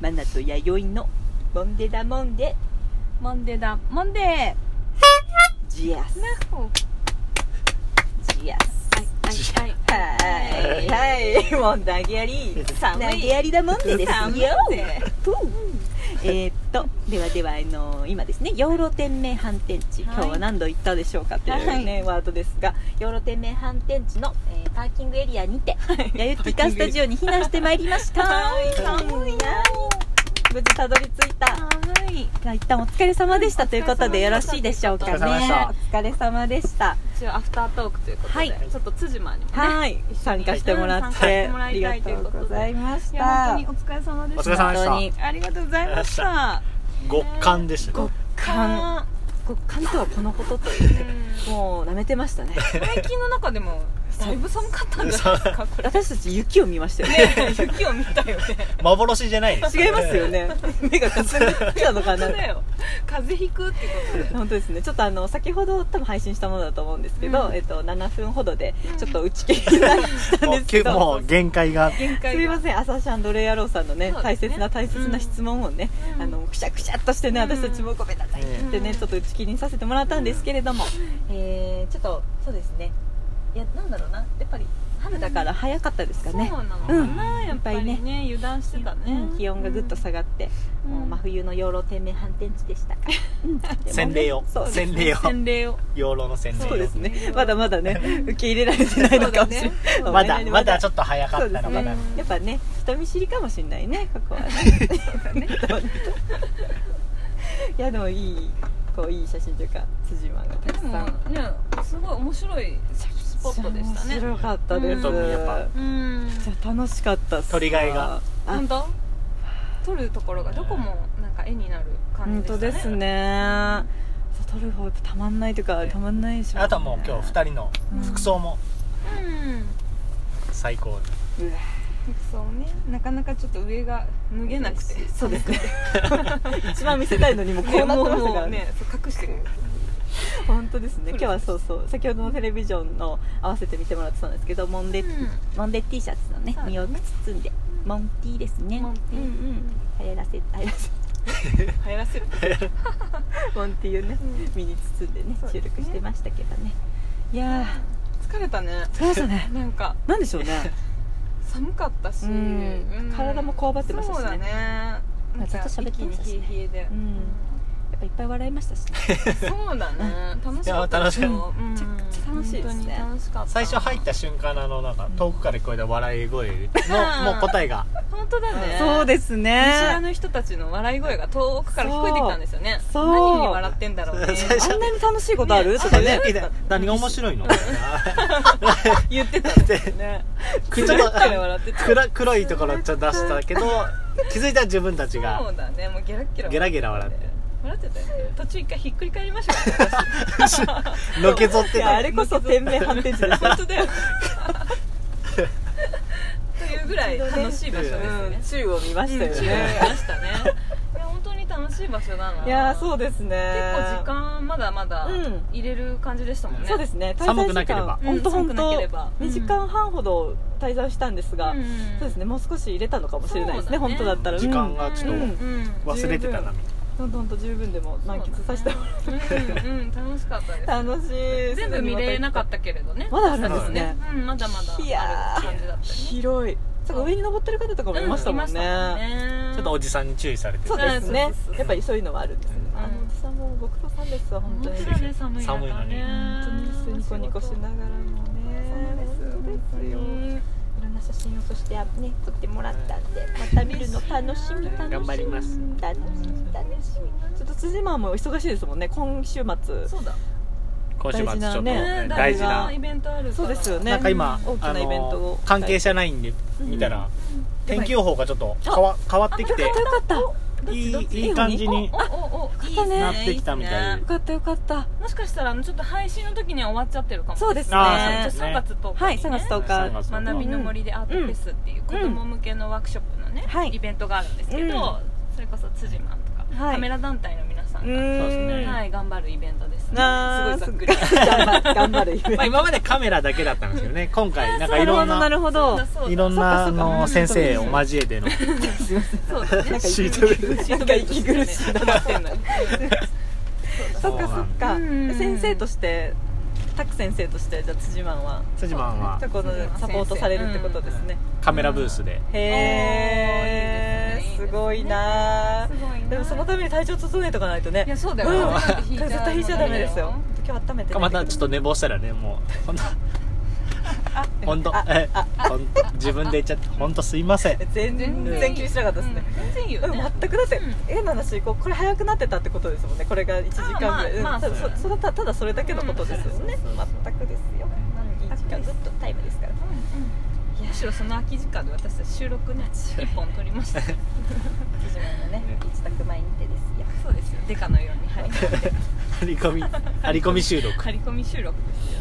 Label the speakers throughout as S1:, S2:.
S1: マナと弥生のモンデダモンデ
S2: モンデーだモンデーナ
S1: ジアス
S2: ホ
S1: ジアス
S2: はいは
S1: は
S2: い
S1: いはいもう投げやり
S2: 寒い
S1: 投げやりだもんでですよ
S2: 寒いぜ
S1: ふうえーっとではではあの今ですね養老天命反転地、
S2: はい
S1: 今日は何度行ったでしょうかっていうね、ワードですが養老天命反転地の、えーパーキングエリアにて、やゆっきかスタジオに避難してまいりました
S2: はい寒いな
S1: 無事たどり着いた
S2: はい
S1: じゃあ一旦お疲れ様でしたということでよろしいでしょうかね
S3: お疲れ様でした
S1: お疲れ様でした
S2: 一応アフタートークということで、
S1: はい
S2: ちょっと辻間にもね
S1: はい参加してもら
S2: うん
S1: っ
S2: 参加してても
S1: あ
S2: ら
S1: り
S2: いた
S1: が
S2: いと
S1: と
S2: いうこ
S1: う
S2: とで
S1: ございまし
S2: いや
S1: た
S2: 本当にお疲れ様で
S3: お
S2: し
S3: 疲
S2: た
S3: れ
S1: 本
S3: 様でし
S1: 当に
S3: た
S2: ありがとうございました
S3: 極寒でしたね
S1: 極寒
S2: か
S1: 極寒とはこのことというねもう舐めてましたね
S2: 最近の中でもだいぶ寒かったんじゃないですかこれ
S1: 私たち雪を見ましたよね
S2: ね雪を見たよね
S3: 幻じゃないです
S1: 違いますよね 目がかすんできたのか
S2: 本当
S1: な
S2: だよ風邪ひくってことで
S1: 本当ですねちょっとあの先ほど多分配信したものだと思うんですけど、
S2: うん
S1: えっと、7分ほどで
S2: うん
S1: ちょっと打ち切りになしたん
S3: も
S1: で
S3: う
S1: す
S3: け
S1: けど
S3: もう限界が
S2: 限界
S1: すみません朝シャンドレイヤローさんのね
S2: そうで
S1: 大
S2: すね
S1: 切な大切な質問をね、
S2: うん
S1: あのくしゃくしゃっとしてね、
S2: うん
S1: 私たちもごめんなさいって言ってね、
S2: うん
S1: ちょっと打ち切りにさせてもらったんですけれども、えーちょっとそうですねいやなんだろうなやっぱり春だから早かったですかね
S2: そう、なのかな、
S1: うん
S2: やっぱり
S1: や
S2: ね
S1: っぱ
S2: 油断してたね、
S1: うん気温がぐっと下がって、
S2: うん
S1: もう真冬の養老天命反転地でした、うんでもね
S3: 洗礼を
S1: そう
S3: 洗礼を
S2: 洗礼を
S3: 養老の洗
S1: そう
S3: 礼
S1: で
S3: を
S1: すねまだまだね受け入れられてないのかもしれない
S2: そうだね
S3: まだまだちょっと早かっ
S1: そうで
S3: たのか
S1: す
S3: な
S1: ねやっぱね人見知りかもしれないねここはね いやでもいいこういい写真というか辻間がた
S2: で
S1: く
S2: も
S1: さん
S2: ねすごい面白いスポットでしたね
S1: 面白かったです、
S3: うんやっぱ
S2: うん
S1: じゃあ楽しかったっす
S3: 鳥貝が
S1: あ
S2: 本当撮るところがどこもなんか絵になる感
S1: 本
S2: じ
S1: 当
S2: で
S1: で
S2: したね
S1: すねそう撮る方やっぱたまんないというかたまんないでしょ
S3: あとはもう今日2人の服装も
S2: うん
S3: 最高
S1: うわ
S2: 服装ねなかなかちょっと上が脱げなくて
S1: そうです ね一番見せたいのにもう こうなってましたからね
S2: ねそう隠してる
S1: 本当ですね今日はそうそう先ほどのテレビジョンの合わせて見てもらってたんですけどモンデ、モンデ T シャツのね
S2: そうですね
S1: 身を包んでモンティですね
S2: モンティ
S1: うんうん流行らせ流行らせ
S2: 流行らせる
S1: モンティをね
S2: うん
S1: 身に包んでね
S2: そうで
S1: 収
S2: すね
S1: 録してましたけどねいや
S2: 疲れたね
S1: ーそうでしたね
S2: なんか
S1: なんでしょうね
S2: 寒かったし、
S1: うん体もこわばってましたしね
S2: そうだねなん
S1: ずっ
S2: か
S1: と喋ってましたしね
S2: 一気に冷え冷えで、
S1: うんやっぱいっぱい笑いましたしね
S2: そうだね楽しかった
S3: いや楽しい
S1: ちゃ
S2: め
S1: くちゃ楽しいですね
S2: 楽しかった
S3: 最初入った瞬間のあのなんか遠くから聞こえた笑い声 のもう答えが
S2: 本当だね
S1: そう
S2: す
S1: です
S2: 見知ら
S1: ね
S2: ぬ人たちの笑い声が遠くから聞こえてきたんですよね
S1: そう
S2: 何に笑ってんだろうね
S3: そう
S1: あんなに楽しいことある
S2: ね
S1: とかね
S3: 何が面白 いの
S2: 言ってたんですよね
S3: ちょっ
S2: ちょっと
S3: と
S2: 笑ってた
S3: 暗黒いところちょっと出したけど 気づいたら自分たち
S2: そ
S3: が
S2: うだねもうゲラッゲラ
S3: ゲラゲラ笑って
S2: 笑ってたよね途中一回ひっくり返りましたからね
S3: のけぞって
S1: いや
S3: た
S1: あれこそ天命反転地でし
S2: 私
S1: た
S2: 本当だよというぐらい楽しい場所ですね
S1: 宙を見ましたよ
S2: うん違い
S1: ね
S2: ましたねいや本当に楽しい場所だない
S1: いやーそうですね
S2: 結構時間まだまだ
S1: うん
S2: 入れる感じでしたもんね、
S1: そうですね滞在時間
S3: 寒くなければ
S1: 本当本
S2: うん寒く
S1: 当
S2: なければ
S1: 2時間半ほど滞在したんですが、
S2: うん
S1: そうですねもう少し入れたのかもしれないですね
S2: そうだ
S1: 本
S2: ね
S1: 当だったら
S3: 時間がちょっ
S1: うん
S3: と忘れてたなみ
S1: と本当十分でも満喫させてもら
S2: そうだねうん、うん、楽しかったです
S1: う楽しい
S2: 全部見れなかったけれどね
S1: まだあるんですね
S2: うんまだまだ
S1: いやー
S2: ある感じだったね
S1: 広いそうか上に登ってる方とかもいましたもんね,、
S3: たいなちょっとおじさんに注意されて
S1: そうです
S2: う
S1: ね
S2: んそうそうそう
S1: やっぱりそういうのはあるんですね、
S2: うん
S1: あのおじさんもご苦労さんですわ本当に
S2: 本当だね寒い中
S3: 寒いのに
S2: ね
S1: 本当にニコニコしながらもね
S2: そう
S1: 本当ですよ
S2: うん
S1: いろんな写真をそしてね撮ってもらったんでまた見るの楽しみ楽しみ
S3: 頑張ります
S1: 楽しみ楽しみちょっと辻間も忙しいですもんね今週末
S2: そうだ
S3: 今週末ちょっと
S1: ね
S2: 大
S3: ね大
S2: 事
S3: 事
S2: な
S3: な
S2: イベントあるから
S1: そうですよね
S3: なんか今
S1: 大きな
S3: あの
S1: イベントを
S3: 関係者ないんで見たら天気予報がちょっと変わ変わってきて
S1: よかったよ
S2: どっ
S3: い
S2: ちどっ
S3: い
S2: ち
S3: いい感じに
S2: おおおいい
S1: かったね
S2: ね
S3: なってきたみたい
S2: ね
S3: で
S1: かったよかった
S2: もしかしたらあのちょっと配信の時には終わっちゃってるかも
S1: そうですね
S3: あーそうですね
S2: 3月10日
S1: はい
S2: にね
S1: 3月10
S3: 三
S1: 日
S3: 月
S2: 学びの森でアートフェスっていう子供向けのワークショップのね、
S1: はい
S2: イベントがあるんですけど、
S1: うん
S2: それこそ辻間とか、
S1: はい
S2: カメラ団体の皆ささん
S1: う
S2: が、
S3: そうです
S1: ーん
S3: ね
S2: はい、頑張るイベントですね
S1: あー
S2: すごいざっくり
S1: 頑張る頑張るイベン
S3: まあ、
S1: ト
S3: 今までカメラだけだったんですけどね今回なんかい
S1: なる
S3: ろ
S1: ほ
S3: ん
S1: どな
S3: な
S1: るほど
S2: そうだ
S3: いろんなあの先生を交えての
S2: そうだね
S3: シートベルト
S1: なんか息苦しい
S2: 止まってんの
S1: そっかそっか
S2: うん
S1: 先生としてタク先生としてじゃあ辻マンは
S3: 辻マンは
S1: じゃあこの
S2: 辻マン
S1: サポートされるってことですね
S3: カメラブースで
S1: へえ
S2: おーいいです
S1: す
S2: ね
S1: ごいな
S2: すごいな
S1: でもそのために体調整えとかないとね
S2: いやそうだ
S1: う
S2: よ
S1: ん絶対引いちゃダメですよ今日温めてね
S3: またちょっと寝坊したらねもうほんと
S2: あ
S3: 本当
S1: あ
S3: え本当自分で言っちゃって本当すいません
S1: 全
S2: 全
S1: 然
S2: 然
S1: 気にしなかったですね、
S2: うん全然いいよ
S1: うん
S2: ね
S1: 全くだって
S2: うん
S1: 変な話こうこれ早くなってたってことですもんねこれが1時間ぐらい、
S2: あまあまあ
S1: うんただ
S2: そうだね
S1: そそたただそれだけのことですよね、
S3: うん
S1: 全くですよ
S2: うん
S1: 1時間ずっとタイムですから
S2: うんむしろその空き時間で私たち収録ね一本撮りました
S1: 自分のね
S3: ね
S1: 一宅前にてですよ
S2: そうですよデカのよう に張り込み
S3: 張り込み張り込み収録
S2: 張り込み収録ですよ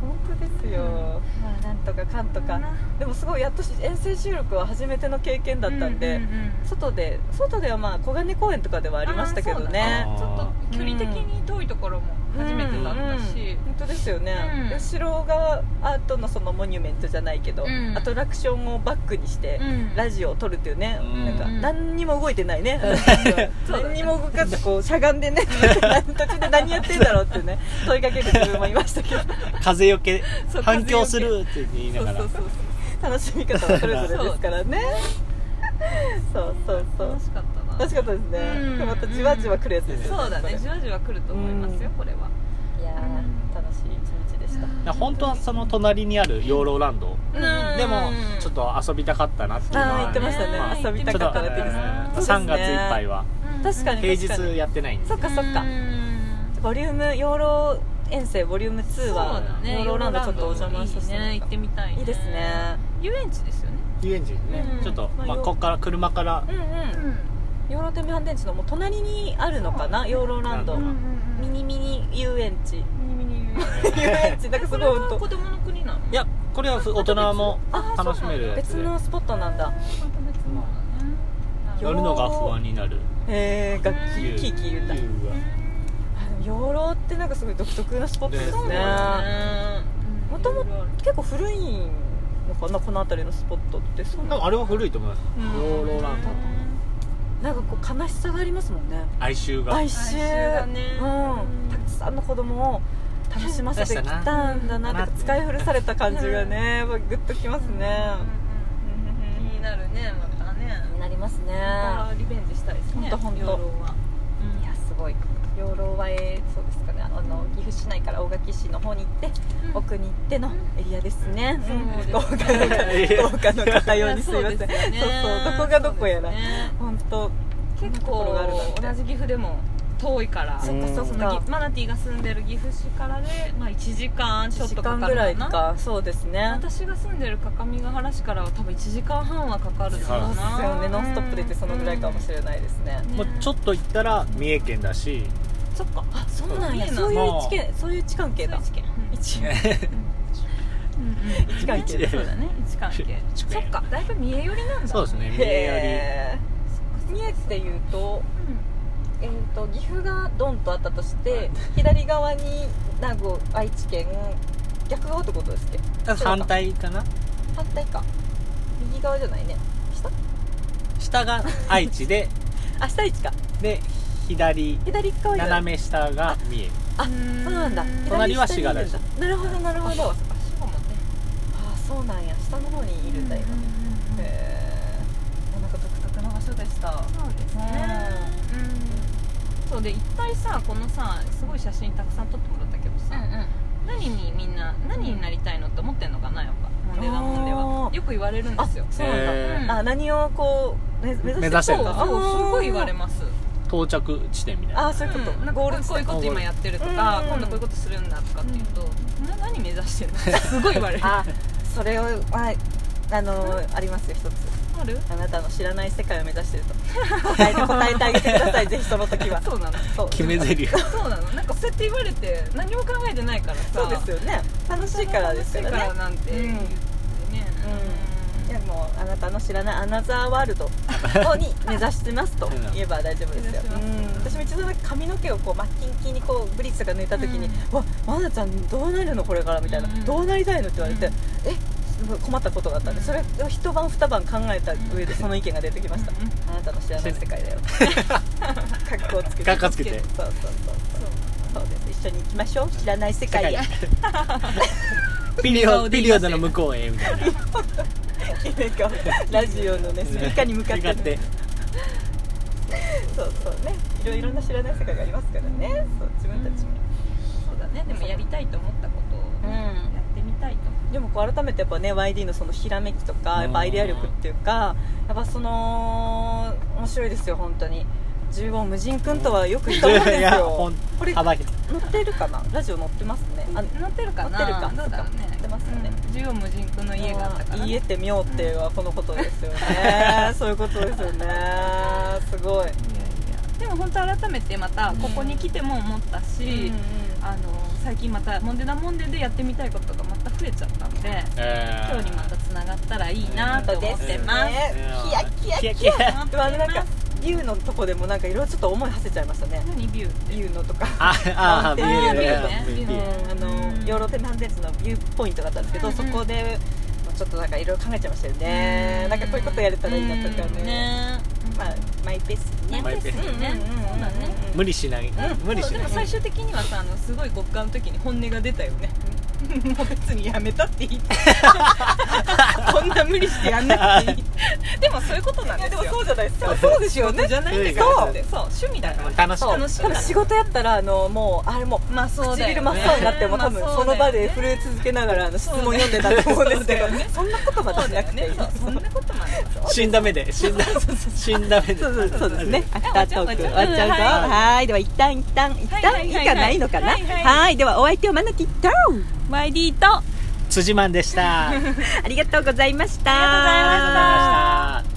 S1: 本当ですよ、まあなんとかかんと
S2: 本当
S1: か
S2: に
S1: でもすごいやっとし遠征収録は初めての経験だったんで、
S2: うううん
S1: 外で外ではまあ小金公園とかではありましたけどね
S2: あーそうだねちょっと距離的に遠いところも初めてだったし、
S1: 本当ですよね、
S2: うん
S1: 後ろがアートのそのモニュメントじゃないけど、
S2: うん
S1: アトラクションをバックにして、
S2: うん
S1: ラジオを撮るっていうね、
S3: うん
S1: なんか
S2: うん
S1: 何にも動いてないね、
S2: そうだね
S1: 何にも動かずこうしゃがんで ね途中で何やってんだろうってね問いかける自分もいましたけど
S3: 風よけ
S2: そう
S3: 反響するって言いな
S2: そう
S3: が
S2: そう
S3: ら
S2: そう
S1: 楽しみ方はそれぞれですからねそうそうそ
S2: そう
S1: う
S2: 楽しかったな
S1: 楽しかったですね、
S2: うん
S1: これまたじわじわ来るやつですよ
S2: そうだ
S1: これ
S2: ねじわじわ来ると思いますよ
S1: うん
S2: これはい
S1: やー楽しい一日でした、
S3: 本当はその隣にある養老ランド
S1: うん
S3: でもちょっと遊びたかったなっていうの
S1: ああ
S3: は
S1: 言ってましたね、
S3: まあ
S2: あ
S1: 遊びた
S3: ちょ
S1: か
S3: っ
S1: った
S3: と
S1: らってですね
S2: あ
S1: そうですね
S3: 3月いっぱいは
S1: 確かに
S3: 平日やってないんで
S1: そっかそっか
S2: うん
S1: ボリューム養老遠征ボリューム2
S2: そ
S1: は
S2: うだね
S1: 養老ランドちょっとお邪魔させて
S2: いいね行ってみたいね
S1: いいですね
S2: 遊園地ですよね
S3: 遊園地ですね
S1: うん
S3: ちょっと
S1: まあ
S3: まあ
S1: よ
S3: こっから車から
S1: うんうん養老天命飯店地のもう隣にあるのかな養老ランド
S3: うん
S1: ミニミニ遊園地
S2: ミニミニ
S1: 遊園地なんかす
S2: こ
S1: ごい
S2: れは
S1: ほん
S2: 子
S1: と
S2: 供の国なの
S3: いやこれは大人も
S2: あ
S3: 楽しめるやつ
S1: 別
S3: で
S1: のスポットなんだ
S3: 乗るのが不安になる
S1: へえ楽器キーキー言うんだ
S3: 遊具が
S1: あでも養老ってなんかすごい独特なスポットです
S3: そう
S1: ね
S3: だ
S1: もとも結構古いのかなこの辺りのスポットってそう
S3: で
S1: な
S3: も
S1: の
S3: あれは古いと思います
S1: うん
S3: 養老ランド
S1: なんかこう悲しさがありますもんね
S3: 哀愁が
S1: 哀愁
S2: 哀愁だね
S1: うん、たくさんの子供を楽しませてきたんだなって
S3: 出した
S1: 使
S3: な
S1: い古された感じがねグッときますね、
S2: 気になるねまたね
S1: なりますね
S2: あリベンジしたいです
S1: ほ
S2: ね
S1: んとほんと
S2: 養老はい
S1: やすごい養老はえーそうですかねあの岐阜市内から大垣市の方に行って、
S2: うん
S1: 奥に行ってのエリアですね、
S2: う
S1: う
S2: ん
S1: ん
S2: そ
S1: 福
S2: うで
S1: 岡の福岡
S3: ね
S1: の方
S2: い
S1: 用
S2: や
S1: にすいません
S2: そうですよね
S1: そうそうどこがどこやら
S2: そうですね
S1: 本当
S2: 結
S1: こんなところ
S2: 構
S1: があるなんて
S2: 同じ岐阜でも遠いから
S1: そっかそっか
S2: そのぎマナティーが住んでる岐阜市からで、まあ、1時間ちょっ
S1: 時
S2: とか
S1: 間
S2: かるな
S1: ぐらいかそうですね
S2: 私が住んでる各務原市からは多分1時間半はかかるだ
S1: そ
S2: ろ
S1: う
S2: う
S1: です
S2: な
S1: よね「ノンストップ!」で言ってそのぐらいかもしれないですね、
S3: もうちょっと行ったら三重県だし
S2: そっかあそ
S1: そうなんや
S2: そう
S1: そういう
S2: いう
S1: 位置関そういう位置関係
S2: 位
S1: だ
S2: 置関
S1: 位置
S2: 係位
S1: 置関係
S2: ねそうだね位置関係
S3: 位置関係
S2: そっかだいぶ三重寄りなんだ
S3: そうですね三重よ
S1: へー三重っていうと,、えー、と岐阜がドンとあったとして左側に名護愛知県逆側ってことですっけ
S3: り反対かな
S1: 反対か右側じゃないね下
S3: 下が愛知で
S1: あ下市か
S3: で左
S1: 左側じゃない
S3: 斜め下が三重
S1: あそうなんだ
S3: 隣は
S1: 左下にいるんだなるほどなるほどあ
S2: しかもね
S1: そうなんや下の方にいるんだ今、
S2: うんうんうんうん
S1: へえなんか独特な場所でした
S2: そうですねうんそうで一体さこのさすごい写真たくさん撮ってもらったけどさ、何にみんな何になりたいのって思ってんのかなやっぱモンデダモンデ
S1: あ
S2: は
S1: ー
S2: よく言われるんですよ
S1: そうなんだ、
S3: え
S2: ー
S1: あ何をこう目目指して
S3: 目指して
S2: そ
S3: ん
S2: う
S3: だ
S1: あ
S2: そうすごい言われ
S1: ま
S2: ます
S3: 到着地点みたい
S1: あ
S3: な
S1: ーそういうこと、
S2: んなんか
S1: ゴ
S2: こ
S1: ール
S2: うこういうこと今やってるとか、
S1: うん
S2: 今度こういうことするんだとかっていうと、な何目指 してるのすごい言われるあ
S1: あそれをああのーありますよ一つ
S2: る
S1: あなたの知らない世界を目指してると答えて答えてあげてく ださいぜひその時は
S2: そうなの
S1: そう
S3: 決め台詞
S2: そうなのなんかそうやって言われて何も考えてないからさ
S1: そうですよね楽しいからですからね
S2: 楽しいからなんて言ってね、
S1: うんいやもうあなたの知らないアナザーワールドをに目指してます と言えば大丈夫ですよ、
S2: 目指し
S1: うん、私も一度だけ髪の毛をこうマッキンキンにこうブリッジが抜いた時に「わまなちゃんどうなるのこれから」みたいな、
S2: うん
S1: どうなりたいの?」って言われて、
S2: うん
S1: え困ったことがあったんで、
S2: うん
S1: それを一晩二晩考えた上でその意見が出てきました、
S2: うんうん
S1: あなたの知らない世界だよ格好をつけて
S3: 格好つけて
S1: そうそうそうそうそうです一緒に行きましょう知らない世界へ
S3: ピリオピリオドの向こうへみたいな
S1: なんか ラジオのねスピーカーに向かって,、
S3: 向かって
S1: そうそうねいろいろな知らない世界がありますからねそう自分たちも、
S2: そうだねでもやりたいと思ったことをね
S1: うん
S2: やってみたいと
S1: でもこう改めてやっぱね YD のそのひらめきとかやっぱアイデア力っていうかやっぱその面白いですよ本当に縦横無尽君とはよく言ったもんです
S3: いやほ
S1: よ
S3: ん
S1: これ載
S3: 幅広い
S1: ってるかなラジオ載ってますねあ
S2: 乗ってるかな
S1: 乗ってるか
S2: どうだろうね
S1: 乗ってますよね
S2: うん、縦横無尽君の家があったから、ね、
S1: 家って妙っていうのはこのことですよねそういうことですよねすごい、
S2: でも本当改めてまたここに来ても思ったし、あの最近またモンデナモンデでやってみたいことがまた増えちゃったので
S3: えー
S2: 今日にまたつながったらいいなと思ってます、
S1: ねキヤキヤキヤ
S3: キヤキヤ
S2: 思って
S1: でもあれなんか
S2: ます
S1: ビューのとこでもなんかいろいろちょっと思い馳せちゃいましたね
S2: 何ビューって
S1: ビューのとか
S3: ああビール
S2: あービールね
S3: ビー
S1: う
S3: ル
S1: んあ
S2: う
S1: の
S2: ん
S1: 養老天満鉄のビューポイントだったんですけど、
S2: うんうん
S1: そこでまあちょっとなんかいろいろ考えちゃいましたよね、なんかこういうことやれたらいいなとかね,、
S2: うん
S1: まあマイペースにね
S2: ね
S3: マイペース
S2: にね
S1: うんうんうんうん
S2: そうだね
S3: 無理しない、
S1: うん
S3: 無理し
S2: そうで
S3: な
S2: も
S3: い
S2: 最終的にはさあのすごい極寒の時に本音が出たよねもう別にやめた っていいってこんな無理してやんなくていいでもそういうことなん
S1: いや
S2: です
S1: で
S2: よ
S1: もそうじゃないですかそうですよね
S2: じゃないんだか
S1: そ
S2: ら
S1: う
S2: そう趣味だから
S3: 楽し
S1: そう
S3: かっ
S2: 楽しい
S1: 多分仕事やったらあのもうあれも
S2: まあそうだよね
S1: 唇真っ青になっても多分
S2: まあ
S1: その場で震え続けながらあの質問読んでたと思うんですけど
S2: そうだよね
S1: そんなことまで
S2: そう
S1: し
S2: だ
S1: な
S2: よ
S1: くてい
S2: ね
S1: い
S2: そうそんなことまで
S3: た死んだ目で死んだ死んだ目で
S1: そうそうそうですね。アフタートーク終
S2: 終
S1: わ
S2: わ
S1: っ
S2: っ
S1: ち
S2: ち
S1: ゃ
S2: ゃ
S1: う
S2: う
S1: ぞ。
S2: ぞ
S1: はい、では一旦一旦一
S2: はいは
S1: 旦
S2: い
S1: 以
S2: はい
S1: 下ないのかな。
S2: はいはい
S1: はい、ではお相手をマナキと
S2: YD と
S3: 辻マンでした ありがとうござい
S1: ありがとうございました。
S2: ありがとうございました
S3: ました